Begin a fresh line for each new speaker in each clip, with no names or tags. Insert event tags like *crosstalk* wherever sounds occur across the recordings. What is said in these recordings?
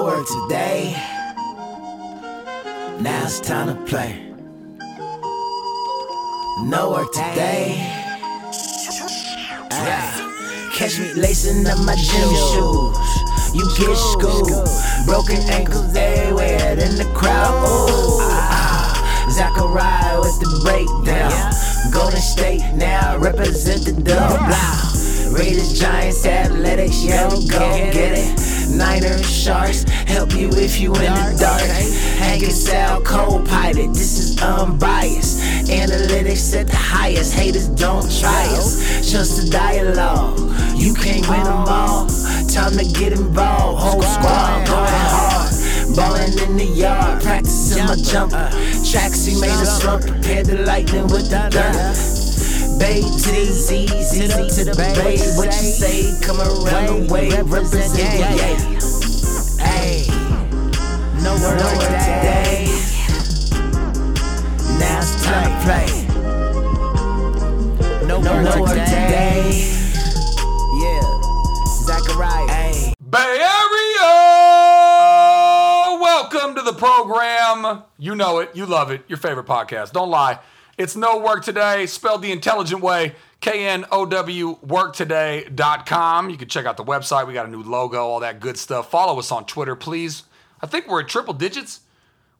today. Now it's time to play. No work today. Ah, Catch me lacing up my gym shoes. You get schooled. Broken ankles everywhere in the crowd. Ooh. Ah, Zachariah with the breakdown. Golden State now represent the dub. Blah. Raiders, Giants, Athletics, yeah, we go get it. Niners, Sharks, help you if you in the dark. Hanging Sal, cold pilot, this is unbiased. Analytics at the highest, haters don't try us. Just a dialogue, you can't win them all. Time to get involved, whole squad going hard. Ballin' in the yard, practicing my jumper. Tracks we made a slump, prepared the lightning with the thunder. Babe to the Z, Z to the Bay. What you say? Come around the way, represent, yeah, yeah. Hey, no work today. Now it's time to play. No work today. Yeah, Zachariah. Hey.
Bay Area! Welcome to the program. You know it, you love it, your favorite podcast. Don't lie. It's No Work Today, spelled the intelligent way, K N O W worktoday.com. You can check out the website. We got a new logo, all that good stuff. Follow us on Twitter, please. I think we're at triple digits.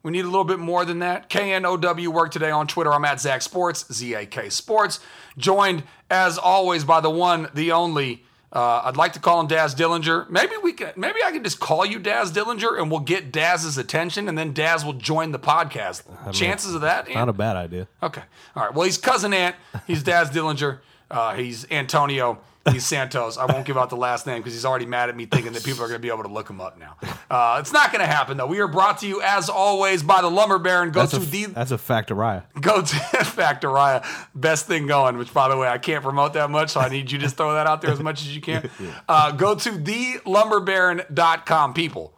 We need a little bit more than that. KNOW work today on Twitter. I'm at Zach Sports, Z A K Sports. Joined as always by the one, the only. Uh, I'd like to call him Daz Dillinger. Maybe we can. Maybe I can just call you Daz Dillinger, and we'll get Daz's attention, and then Daz will join the podcast. Chances of that? Ant?
Not a bad idea.
Okay. All right. Well, he's cousin Ant. He's Daz Dillinger. Uh, he's Antonio. He's Santos. I won't give out the last name because he's already mad at me thinking that people are going to be able to look him up now. Uh, it's not going to happen, though. We are brought to you, as always, by the Lumber Baron. Go
That's
to
a,
the
that's a factorial.
go *laughs* to Factoria, best thing going, which by the way, I can't promote that much, so I need you to just throw that out there as much as you
*laughs*
can. Uh, go to thelumberbaron.com, people.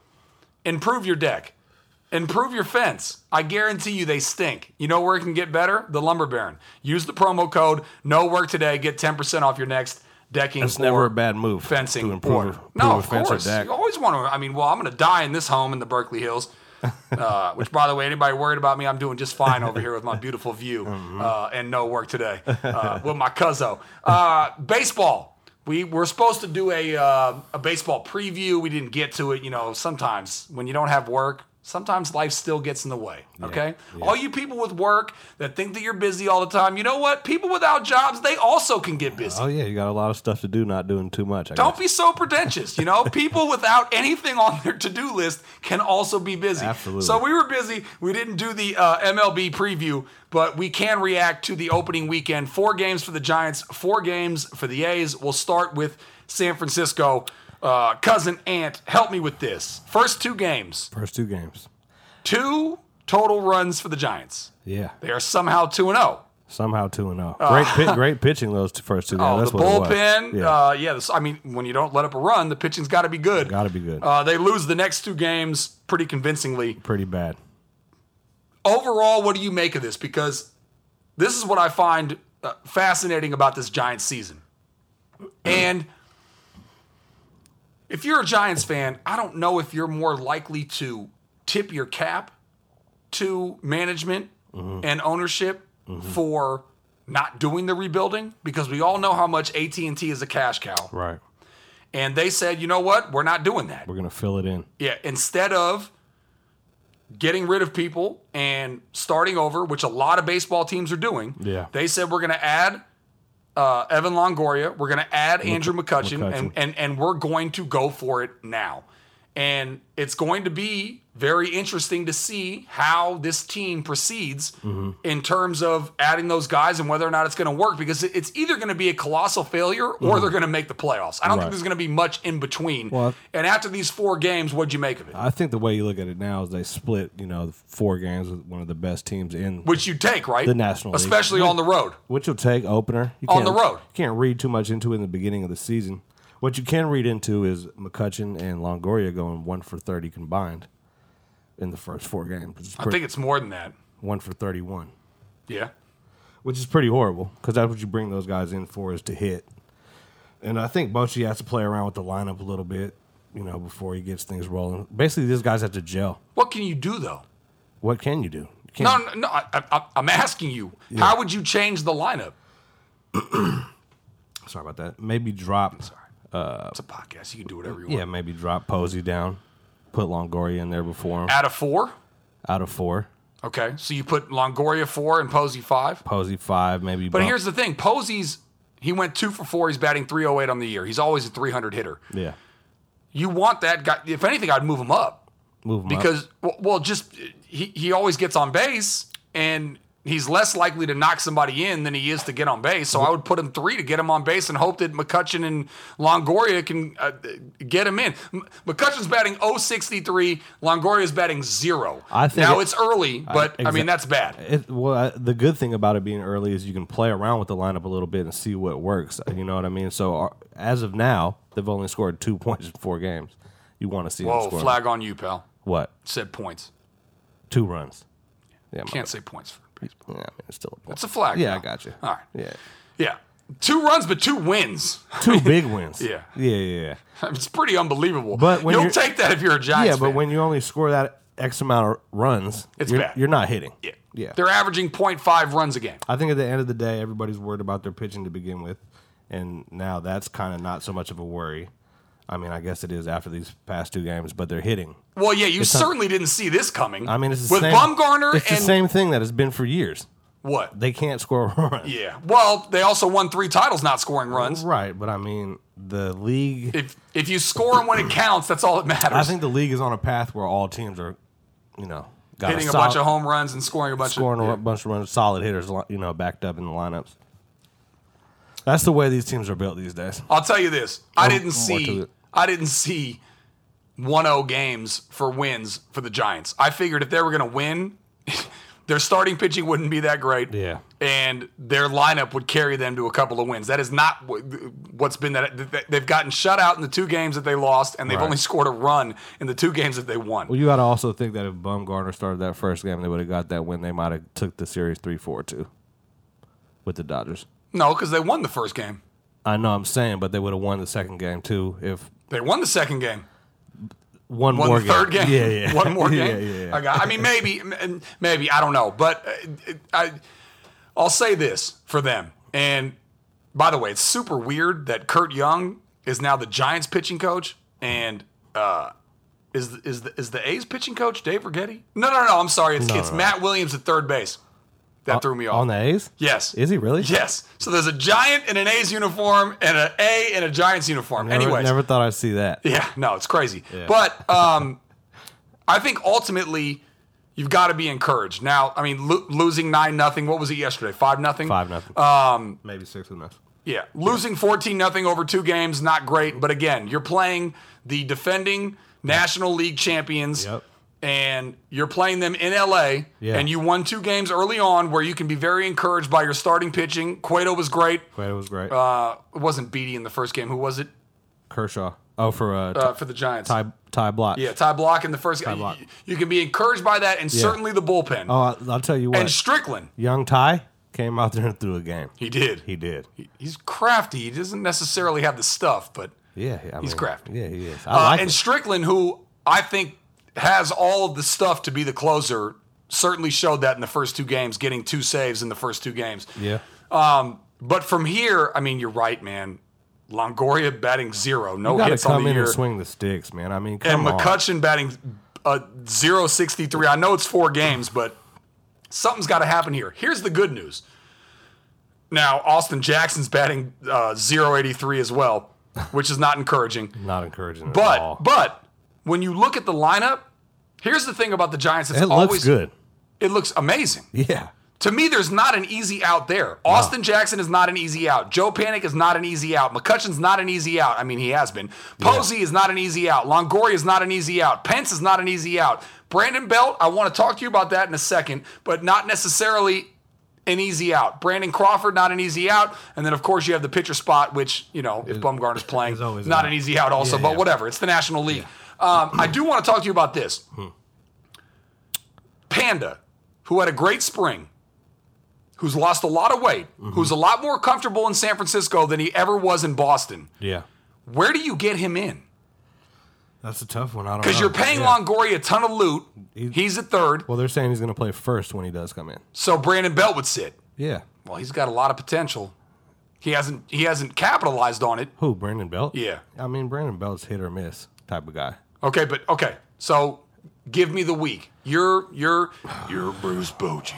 Improve your deck, improve your fence. I guarantee you they stink. You know where it can get better? The Lumber Baron. Use the promo code No Work Today, get 10% off your next decking.
It's never
or
a bad move.
fencing
to improve,
or-
improve
no,
a
of
fence or
course.
deck.
You always want to. I mean, well, I'm going to die in this home in the Berkeley
*laughs*
Hills. uh, which, by the way, anybody worried about me, I'm doing just fine over here with my beautiful
*laughs*
view
Mm-hmm.
uh, and no work today uh, with my cuzzo. Uh, baseball. We were supposed to do a uh, a baseball preview. We didn't get to it. You know, sometimes when you don't have work, sometimes life still gets in the way. Okay, all you people with work that think that you're busy all the time, you know what? People without jobs, they also can get busy.
Oh yeah, you got a lot of stuff to do, not doing too much. I
Don't
guess.
be so pretentious. You know, people without anything on their to do list can also be busy.
Absolutely.
So we were busy. We didn't do the uh, MLB preview, but we can react to the opening weekend. Four games for the Giants, four games for the A's. We'll start with San Francisco. Uh, cousin Ant, help me with this. First two games,
First two games.
two total runs for the Giants.
Yeah,
They are somehow 2 and oh. 0.
somehow two and zero. Great, pi- great pitching those two first two. games.
Oh,
that's
the
what it was.
bullpen.
Yeah.
Uh, yeah, this, I mean, when you don't let up a run, the pitching's got to be good.
Gotta be good.
Uh, they lose the next two games pretty convincingly.
Pretty bad.
Overall, what do you make of this? Because this is what I find uh, fascinating about this Giants season. And if you're a Giants fan, I don't know if you're more likely to tip your cap to management and ownership for not doing the rebuilding because we all know how much AT&T is a cash cow.
Right.
And they said, "You know what? We're not doing that."
We're gonna fill it in.
Yeah, instead of getting rid of people and starting over, which a lot of baseball teams are doing,
Yeah.
they said we're going to add uh, Evan Longoria, we're going to add Andrew McCutcheon, And,
McCutcheon.
and, and we're going to go for it now. And it's going to be very interesting to see how this team proceeds
Mm-hmm.
in terms of adding those guys and whether or not it's going to work because it- it's either going to be a colossal failure or they're going to make the playoffs. I don't think
Mm-hmm. Right.
there's going to be much in between.
Well,
and after these four games, what'd you make of it?
I think the way you look at it now is they split. You know, the four games with one of the best teams in,
which you take, right?
The National League.
especially on the road.
which will take opener you
On the
can't-
road.
You can't read too much into it in the beginning of the season. What you can read into is McCutcheon and Longoria going one for thirty combined in the first four games. Which is
I
pretty,
think it's more than that.
one for thirty-one,
Yeah,
which is pretty horrible because that's what you bring those guys in for is to hit. And I think Bochy has to play around with the lineup a little bit. you know, before he gets things rolling. Basically, these guys have to gel.
What can you do though?
What can you do? You can't-
No, no, no I, I, I'm asking you. How would you change the lineup?
Sorry about that. Maybe drop.
it's a podcast. You can do whatever you
Yeah,
want.
maybe drop Posey down. Put Longoria in there before him.
Out of four.
Out of four,
Okay, so you put Longoria four and Posey five.
Posey five. Maybe.
But here's the thing: Posey's he went two for four. He's batting 308 on the year. He's always a 300 hitter.
yeah.
You want that guy? If anything, I'd move him up
Move him up.
because well, well, just he he always gets on base and. He's less likely to knock somebody in than he is to get on base, so I would put him three to get him on base and hope that McCutcheon and Longoria can uh, get him in. M- McCutcheon's batting 063, Longoria's batting zero.
I think
now
it-
it's early, but I mean
exa-
that's bad.
It, well, I, the good thing about it being early is you can play around with the lineup a little bit and see what works. You know what I mean? So uh, as of now, they've only scored two *laughs* points in four games. You want to see them
Whoa,
score
flag on you, pal.
what
Said points.
two runs? Yeah, my-
Can't say points for baseball.
yeah, I mean, it's still a point.
It's a flag.
yeah,
pal.
I got you.
All right.
Yeah,
Yeah. Two runs, but two wins. *laughs*
two big wins.
Yeah.
yeah, yeah. yeah.
It's pretty unbelievable.
But when
you'll
you're-
take that if you're a Giants
yeah, but
fan.
when you only score that X amount of runs,
It's
you're,
bad.
you're not hitting.
yeah.
yeah.
they're averaging 0.5 runs a game.
I think at the end of the day, everybody's worried about their pitching to begin with, and now that's kind of not so much of a worry. I mean, I guess it is after these past two games, but they're hitting.
Well, yeah, you certainly didn't see this coming.
I mean, it's the
with
same,
Bumgarner
It's
and
the same thing that has been for years.
what?
They can't score *laughs* a run.
Yeah. Well, they also won three titles not scoring runs.
Right, but I mean, the league.
If if you score and when it counts, that's all that matters.
I think the league is on a path where all teams are, you know, got
Hitting a
solid-
bunch of home runs and scoring a bunch
scoring
of
a bunch of runs, solid hitters, li- you know, backed up in the lineups. That's the way these teams are built these days.
I'll tell you this: I
I'm-
didn't
I'm
see
watching it.
I didn't see 1-0 games for wins for the Giants. I figured if they were going to win, *laughs* their starting pitching wouldn't be that great.
Yeah.
and their lineup would carry them to a couple of wins. That is not wh- what's been that th- th- they've gotten shut out in the two games that they lost, and they've
Right.
only scored a run in the two games that they won.
Well, you got to also think that if Bumgarner started that first game, they would have got that win. They might have took the series three four two with the Dodgers.
No, because they won the first game.
I know I'm saying, but they would have won the second game too if
They won the second game.
one
One
more
third game.
Yeah,
*laughs*
yeah,
One more
*laughs* Yeah,
game.
yeah, yeah.
I, got, I mean, maybe, m- maybe I don't know, but uh, I, I'll say this for them. And by the way, it's super weird that Kurt Young is now the Giants pitching coach, and uh, is is the is the A's pitching coach Dave Rigetti? No, no, no. I'm sorry. It's it's
no, no.
Matt Williams at third base. That threw me off.
on the A's.
yes.
Is he really?
Yes. So there's a giant in an A's uniform and an A in a Giants uniform.
Never,
Anyways,
never thought I'd see that.
yeah, no, it's crazy. But um, I think ultimately you've got to be encouraged. Now, I mean, lo- losing nine nothing. What was it yesterday? Five nothing.
Five nothing. Um, maybe six enough.
Yeah, losing fourteen nothing over two games, not great. But again, you're playing the defending National League champions.
Yep.
And you're playing them in LA,
Yeah.
and you won two games early on where you can be very encouraged by your starting pitching. Cueto was great.
But it was great.
Uh, it wasn't Beatty in the first game. Who was it
Kershaw. Oh, for uh,
uh, for the Giants?
Ty Ty Block.
Yeah, Ty Block in the first game.
Block.
You, you can be encouraged by that, and certainly the bullpen.
Oh, I, I'll tell you what.
and Strickland,
Young Ty came out there and threw a game.
he did.
He did.
He's crafty. He doesn't necessarily have the stuff, but
Yeah, I
He's
mean,
crafty.
Yeah, he is. I
uh,
like
and
it.
Strickland, who I think has all of the stuff to be the closer, certainly showed that in the first two games, getting two saves in the first two games.
yeah.
But from here, I mean, you're right, man. Longoria batting zero, no
You gotta
Oh, hits on
come
the
in
year,
and swing the sticks, man. I mean,
and
come on.
McCutcheon batting uh, 063. I know it's four games, but something's got to happen here. Here's the good news. Now, Austin Jackson's batting uh, 083 as well, which is not encouraging.
Not encouraging at all.
But but when you look at the lineup, here's the thing about the Giants. It's
it
always
looks good. *laughs*
It looks amazing.
Yeah.
To me, there's not an easy out there. Austin Jackson is not an easy out. Joe Panic is not an easy out. McCutcheon's not an easy out. I mean, he has been. Posey is not an easy out. Longoria is not an easy out. Pence is not an easy out. Brandon Belt, I want to talk to you about that in a second, but not necessarily an easy out. Brandon Crawford, not an easy out. And then, of course, you have the pitcher spot, which, you know, if
*laughs*
Bumgarner's playing,
is always an
not
out.
an easy out also,
Yeah,
but
yeah.
whatever. It's the National League. Um, I do want to talk to you about this.
Hmm.
Panda, who had a great spring, who's lost a lot of weight, who's a lot more comfortable in San Francisco than he ever was in Boston.
Yeah.
Where do you get him in?
That's a tough one. I don't
Because
know.
you're paying
Uh, Yeah.
Longoria a ton of loot. He's at third.
Well, they're saying he's going to play first when he does come in.
So Brandon Belt would sit.
Yeah.
Well, he's got a lot of potential. He hasn't he hasn't capitalized on it.
Who? Brandon Belt?
Yeah.
I mean, Brandon Belt's hit or miss type of guy.
Okay, but okay. So give me the week. You're you're you're Bruce Bochy.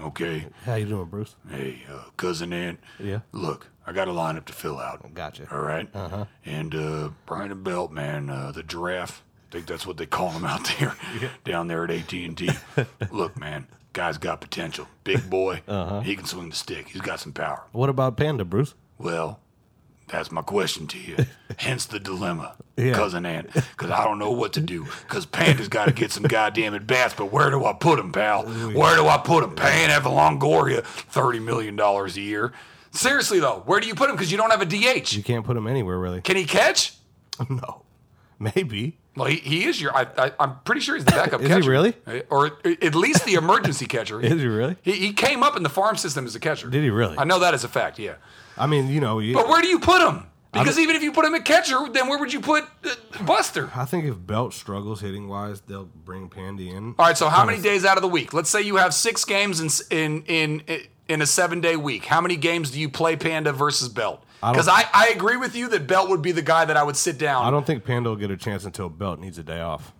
Okay.
How you doing, Bruce?
Hey, uh, cousin Ant.
Yeah.
Look, I got a lineup to fill out.
Gotcha.
All right. Uh-huh. And uh, Brian and Belt, man, uh, the giraffe. I think that's what they call him out *laughs* there, down there at AT and T. Look, man, guy's got potential. Big boy. Uh-huh. He can swing the stick. He's got some power.
What about Panda, Bruce?
Well, that's my question to
*laughs*
you. Hence the dilemma,
Yeah.
cousin Ant, because I don't know what to do. Because Panda's got to get some goddamn at bats, but where do I put him, pal?
Oh,
Where do I put him? Paying Evan Longoria thirty million dollars a year. Seriously though, where do you put him? Because you don't have a DH.
You can't put him anywhere, really.
Can he catch?
*laughs* No. Maybe.
Well, he, he is your. I, I, I'm pretty sure he's the backup
*laughs* Is he
catcher. Eh,
really?
Or at least the emergency catcher.
*laughs* Is he really?
He, he came up in the farm system as a catcher.
Did he really?
I know that is a fact. Yeah.
I mean, you know, you,
But where do you put him? Because even if you put him at catcher, then where would you put uh, Buster?
I think if Belt struggles hitting wise, they'll bring Panda in.
All right. So how many days out of the week? Let's say you have six games in in in in a seven day week. How many games do you play Panda versus Belt?
don't-
Because I, I agree with you that Belt would be the guy that I would sit
I
down.
don't think Panda will get a chance until Belt needs a day off.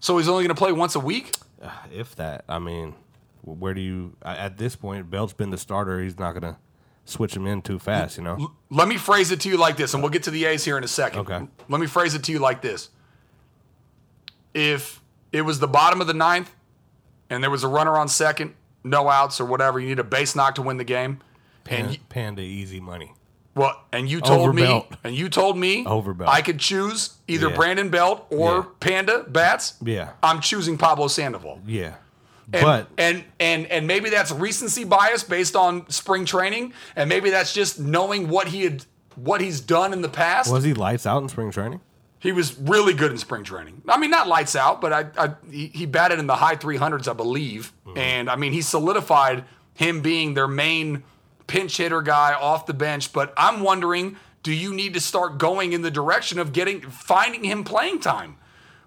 So he's only going to play once a week.
If that, I mean, wh- where do you I- at this point? Belt's been the starter. He's not gonna switch him in too fast, you know.
Let me phrase it to you like this, and we'll get to the A's here in a second.
Okay.
Let me phrase it to you like this: If it was the bottom of the ninth, and there was a runner on second, no outs or whatever, you need a base knock to win the game, and
Pan-
you-
Panda easy money.
Well, and you told
Over
me,
Belt.
and you told me,
Over Belt.
I could choose either
Yeah.
Brandon Belt or
Yeah.
Panda Bats.
Yeah.
I'm choosing Pablo Sandoval.
Yeah,
And,
but
and and and maybe that's recency bias based on spring training, and maybe that's just knowing what he had, what he's done in the past.
was he lights out in spring training?
He was really good in spring training. I mean, not lights out, but I, I he, he batted in the high 300s, I believe.
Mm-hmm.
And I mean, he solidified him being their main pinch hitter guy off the bench. But I'm wondering, do you need to start going in the direction of getting finding him playing time,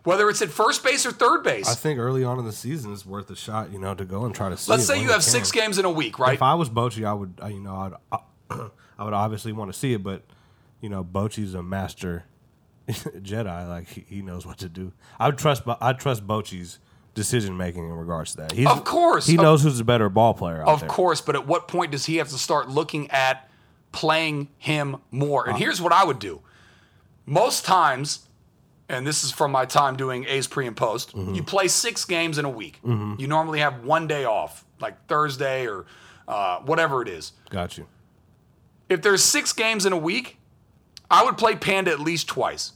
whether it's at first base or third base?
I think early on in the season it's worth a shot, you know, to go and try to see.
Let's
it
say
when
you
we
have six
can.
games in a week, right?
If I was Bochy, I would, I, you know, I'd, uh, *clears throat* I would obviously want to see it, but you know, Bochy's a master *laughs* Jedi. Like he, he knows what to do. I would trust, Bo- I trust Bochy's decision making in regards to that. He's,
Of course.
he
Of-
knows who's the better ball player. Out
Of
there.
course, but at what point does he have to start looking at playing him more? And here's what I would do. Most times, and this is from my time doing A's pre and post,
Mm-hmm.
you play six games in a week. You normally have one day off, like Thursday or uh, whatever it is.
Got you.
If there's six games in a week, I would play Panda at least twice,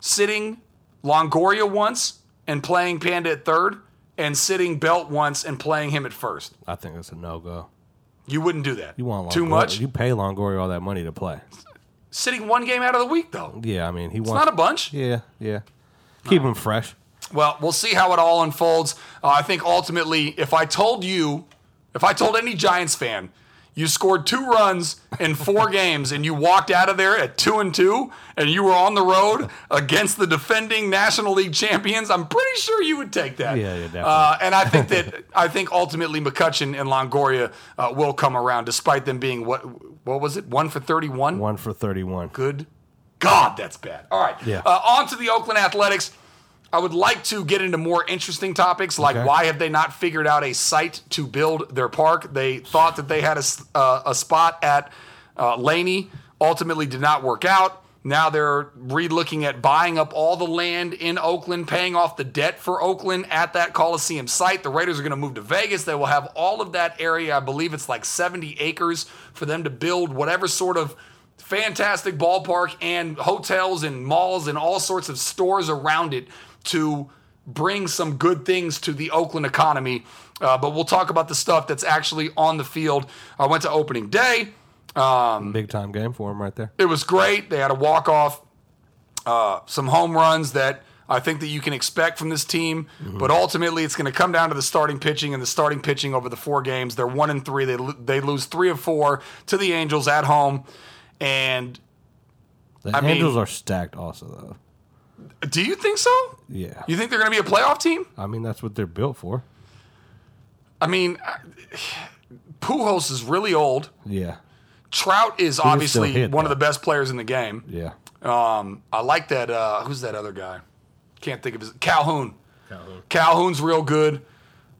sitting Longoria once and playing Panda at third, and sitting Belt once and playing him at first.
I think that's a no go.
You wouldn't do that.
You want Longoria,
too much.
You pay Longoria all that money to play.
sitting one game out of the week, though.
Yeah, I mean he
Not
wants.
a bunch.
yeah, yeah. Keep him fresh.
Well, we'll see how it all unfolds. Uh, I think ultimately, if I told you, if I told any Giants fan, you scored two runs in
*laughs*
four games and you walked out of there at two and two and you were on the road against the defending National League champions, I'm pretty sure you would take that.
Yeah, yeah, definitely.
Uh, and I think
*laughs*
that I think ultimately McCutcheon and Longoria uh, will come around, despite them being what what was it one for thirty one.
One for thirty-one.
good God, that's bad. All right.
Yeah.
Uh, on to the Oakland Athletics. I would like to get into more interesting topics like
Okay.
why have they not figured out a site to build their park? They thought that they had a, s- uh, a spot at uh, Laney, ultimately did not work out. Now they're re looking at buying up all the land in Oakland, paying off the debt for Oakland at that Coliseum site. The Raiders are going to move to Vegas. They will have all of that area. I believe it's like 70 acres for them to build whatever sort of fantastic ballpark and hotels and malls and all sorts of stores around it to bring some good things to the Oakland economy. Uh, but we'll talk about the stuff that's actually on the field. I went to opening day.
Big time game for him right there.
It was great. They had a walk off, uh, some home runs that I think that you can expect from this team. But ultimately, it's going to come down to the starting pitching and the starting pitching over the four games. They're one and three. They lo- they lose three of four to the Angels at home, and
The
I mean-
Angels are stacked also though.
Do you think so?
Yeah.
You think they're going to be a playoff team?
I mean, that's what they're built for.
I mean, I- Pujols is really old.
Yeah.
Trout is
still
obviously
hit,
one of
though.
the best players in the game.
Yeah.
Um, I like that. Uh, who's that other guy? Can't think of his Calhoun. Calhoun's real good.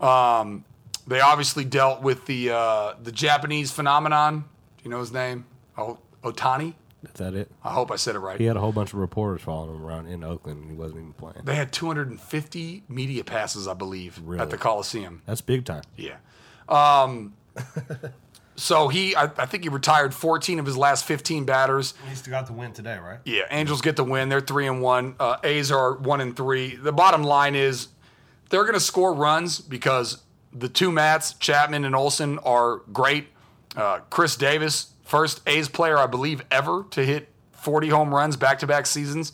Um, they obviously dealt with the uh, the Japanese phenomenon. Do you know his name? Oh, Otani.
Is that it?
I hope I said it right.
He had a whole bunch of reporters following him around in Oakland, and he wasn't even playing.
They had 250 media passes, I believe,
Really?
at the Coliseum.
That's big time.
Yeah. Um, *laughs* so he, I, I think he retired 14 of his last 15 batters.
He still got the win today, right?
Yeah, Angels get the win. They're three and one. Uh, A's are one and three. The bottom line is they're going to score runs because the two Mats, Chapman and Olson, are great. Uh, Chris Davis, first A's player I believe ever to hit 40 home runs back to back seasons.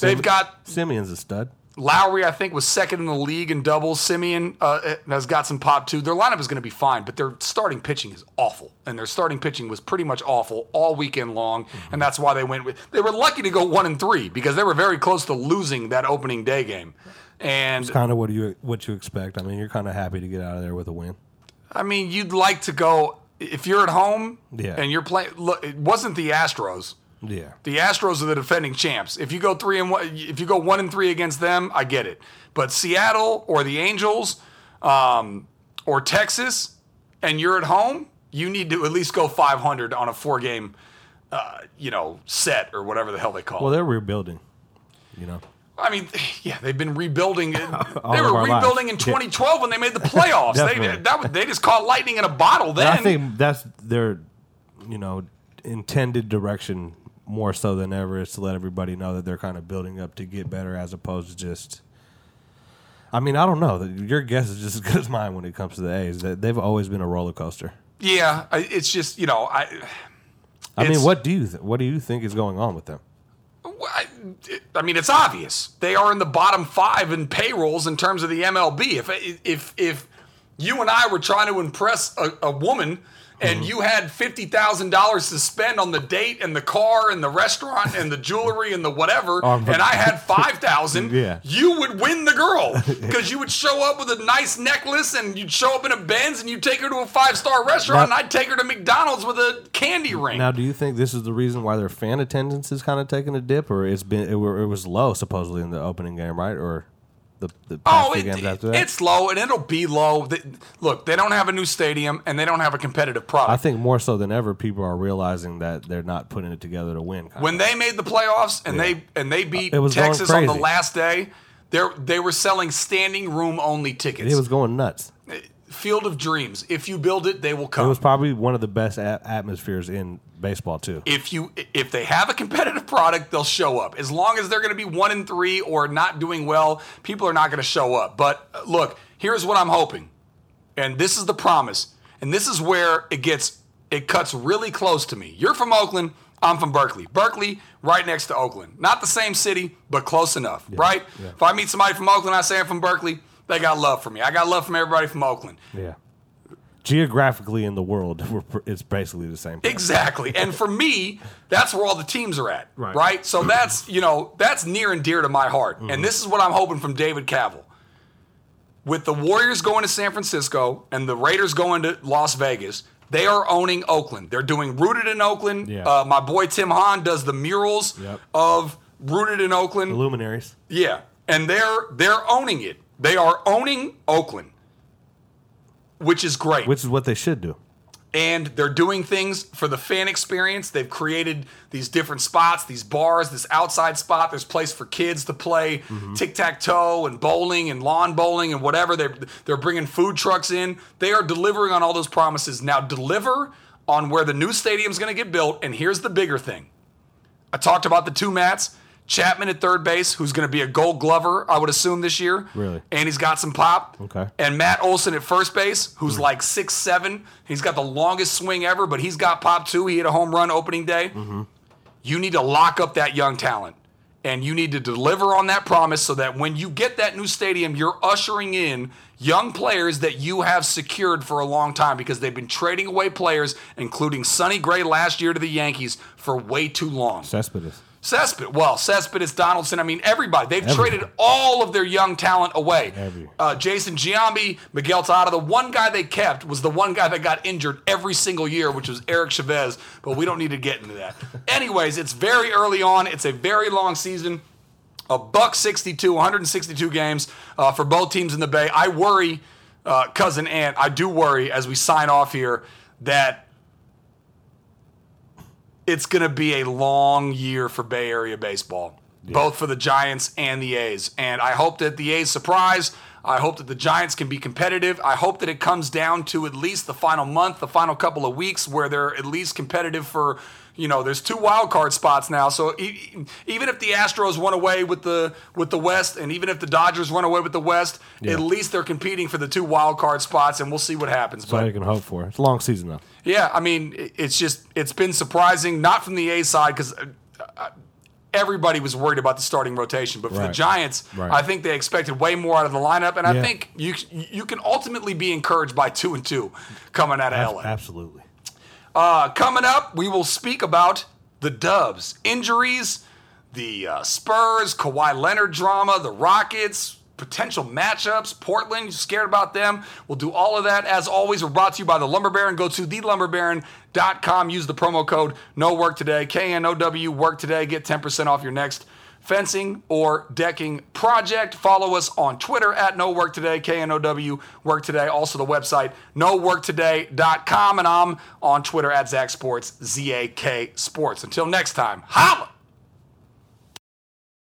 They've got
Simeon's a stud.
Lowry, I think, was second in the league in doubles. Simeon uh, has got some pop too. Their lineup is going to be fine, but their starting pitching is awful, and their starting pitching was pretty much awful all weekend long, and that's why they went with. They were lucky to go one and three because they were very close to losing that opening day game, and
Kind of what you what you expect. I mean, you're kind of happy to get out of there with a win.
I mean, you'd like to go if you're at home
Yeah.
and you're playing. Look, it wasn't the Astros.
Yeah.
The Astros are the defending champs. If you go three and one, if you go one and three against them, I get it. But Seattle or the Angels, um, or Texas, and you're at home, you need to at least go 500 on a four game, uh, you know, set or whatever the hell they call.
Well,
it.
they're rebuilding. You know.
I mean, *sighs* yeah, they've been rebuilding.
*laughs*
they
of
were
our lives.
rebuilding in 2012 when they made
*laughs*
the playoffs. they
Definitely.
that was, they just caught lightning in a bottle then.
And I think that's their, you know, intended direction more so than ever is to let everybody know that they're kind of building up to get better as opposed to just. I mean, I don't know. Your guess is just as good as mine when it comes to the A's. They- They've always been a roller coaster.
yeah, I- it's just you know I.
I
It's-
mean, what do you th- what do you think is going on with them?
Well, I, I mean, it's obvious they are in the bottom five in payrolls in terms of the MLB. If if if you and I were trying to impress a, a woman,
Mm-hmm.
and you had fifty thousand dollars to spend on the date and the car and the restaurant and the jewelry and the whatever,
*laughs* Um, but-
and I had five thousand,
Yeah.
you would win the
*laughs*
girl because you would show up with a nice necklace and you'd show up in a Benz and you'd take her to a five star restaurant
Now-
and I'd take her to McDonald's with a candy ring.
Now, do you think this is the reason why their fan attendance is kind of taking a dip, or it's been it, were- it was low supposedly in the opening game, right? Or the the past
Oh,
few
it,
games after that?
it's low, and it'll be low. Th- Look, they don't have a new stadium, and they don't have a competitive
I
product.
think more so than ever, people are realizing that they're not putting it together to win. kinda.
when they made the playoffs and they and they beat
Uh, It was going
Texas on the
crazy.
last day, they they were selling standing room only tickets.
it was going nuts.
Field of Dreams. If you build it, they will
It
come.
was probably one of the best a- atmospheres in baseball too.
if you if they have a competitive product, they'll show up. As long as they're going to be one and three or not doing well, people are not going to show up. But uh, look, here's what I'm hoping, and this is the promise, and this is where it gets it cuts really close to me. You're from Oakland, I'm from Berkeley. Berkeley, right next to Oakland, not the same city, but close enough, right?
yeah.
If I meet somebody from Oakland, I say I'm from Berkeley. They got love for me. I got love from everybody from Oakland.
Yeah, geographically in the world, *laughs* we're, pr- it's basically the same. Thing.
*laughs* Exactly. And for me, that's where all the teams are at. Right.
Right.
So that's, you know, that's near and dear to my heart.
Mm-hmm.
And this is what I'm hoping from David Cavill. With the Warriors going to San Francisco and the Raiders going to Las Vegas, they are owning Oakland. They're doing Rooted in Oakland.
Yeah.
Uh, my boy Tim Hahn does the murals
Yep.
of Rooted in Oakland.
The Luminaries.
Yeah, and they're they're owning it. They are owning Oakland, which is great
which is what they should do.
and they're doing things for the fan experience. They've created these different spots, these bars, this outside spot. There's place for kids to play tic tac toe and bowling and lawn bowling and whatever. They're they're bringing food trucks in. They are delivering on all those promises. Now deliver on where the new stadium's going to get built. And here's the bigger thing. I talked about the two mats. Chapman at third base, who's going to be a Gold Glover, I would assume this year.
Really?
And he's got some pop.
Okay.
And Matt Olson at first base, who's like six seven. He's got the longest swing ever, but he's got pop too. He hit a home run opening day. You need to lock up that young talent, and you need to deliver on that promise so that when you get that new stadium, you're ushering in young players that you have secured for a long time because they've been trading away players, including Sonny Gray last year to the Yankees, for way too long.
Cespedes.
Cespedes. Well, Cespedes, Donaldson. I mean, everybody. They've
Everybody.
traded all of their young talent away.
Every-
Uh, Jason Giambi, Miguel Tejada. The one guy they kept was the one guy that got injured every single year, which was Eric Chavez. But we don't need to get into
*laughs*
that. Anyways, it's very early on. It's a very long season. A buck 62, 162 games uh, for both teams in the Bay. I worry, uh, cousin Ant. I do worry as we sign off here that it's going to be a long year for Bay Area baseball, both for the Giants and the A's. And I hope that the A's surprise. I hope that the Giants can be competitive. I hope that it comes down to at least the final month, the final couple of weeks, where they're at least competitive for, you know, there's two wild card spots now. So e- e- even if the Astros run away with the with the West, and even if the Dodgers run away with the West, at least they're competing for the two wild card spots, and we'll see what happens.
That's all you can hope for. It's a long season though.
Yeah, I mean, i- it's just it's been surprising, not from the A side because everybody was worried about the starting rotation, but for the
Right.
Giants,
Right.
I think they expected way more out of the lineup, and I
Yeah.
think you you can ultimately be encouraged by two and two coming out of LA.
Absolutely.
Uh, coming up, we will speak about the Dubs injuries, the uh, Spurs, Kawhi Leonard drama, the Rockets. Potential matchups, Portland, you scared about them. We'll do all of that. As always, we're brought to you by the Lumber Baron. Go to thelumberbaron.com. Use the promo code No Work Today, K N O W Work Today. Get 10% off your next fencing or decking project. Follow us on Twitter at No Work Today, K N O W Work Today. Also the website, noworktoday.com. And I'm on Twitter at Zach Sports, Z A K Sports. Until next time, holla!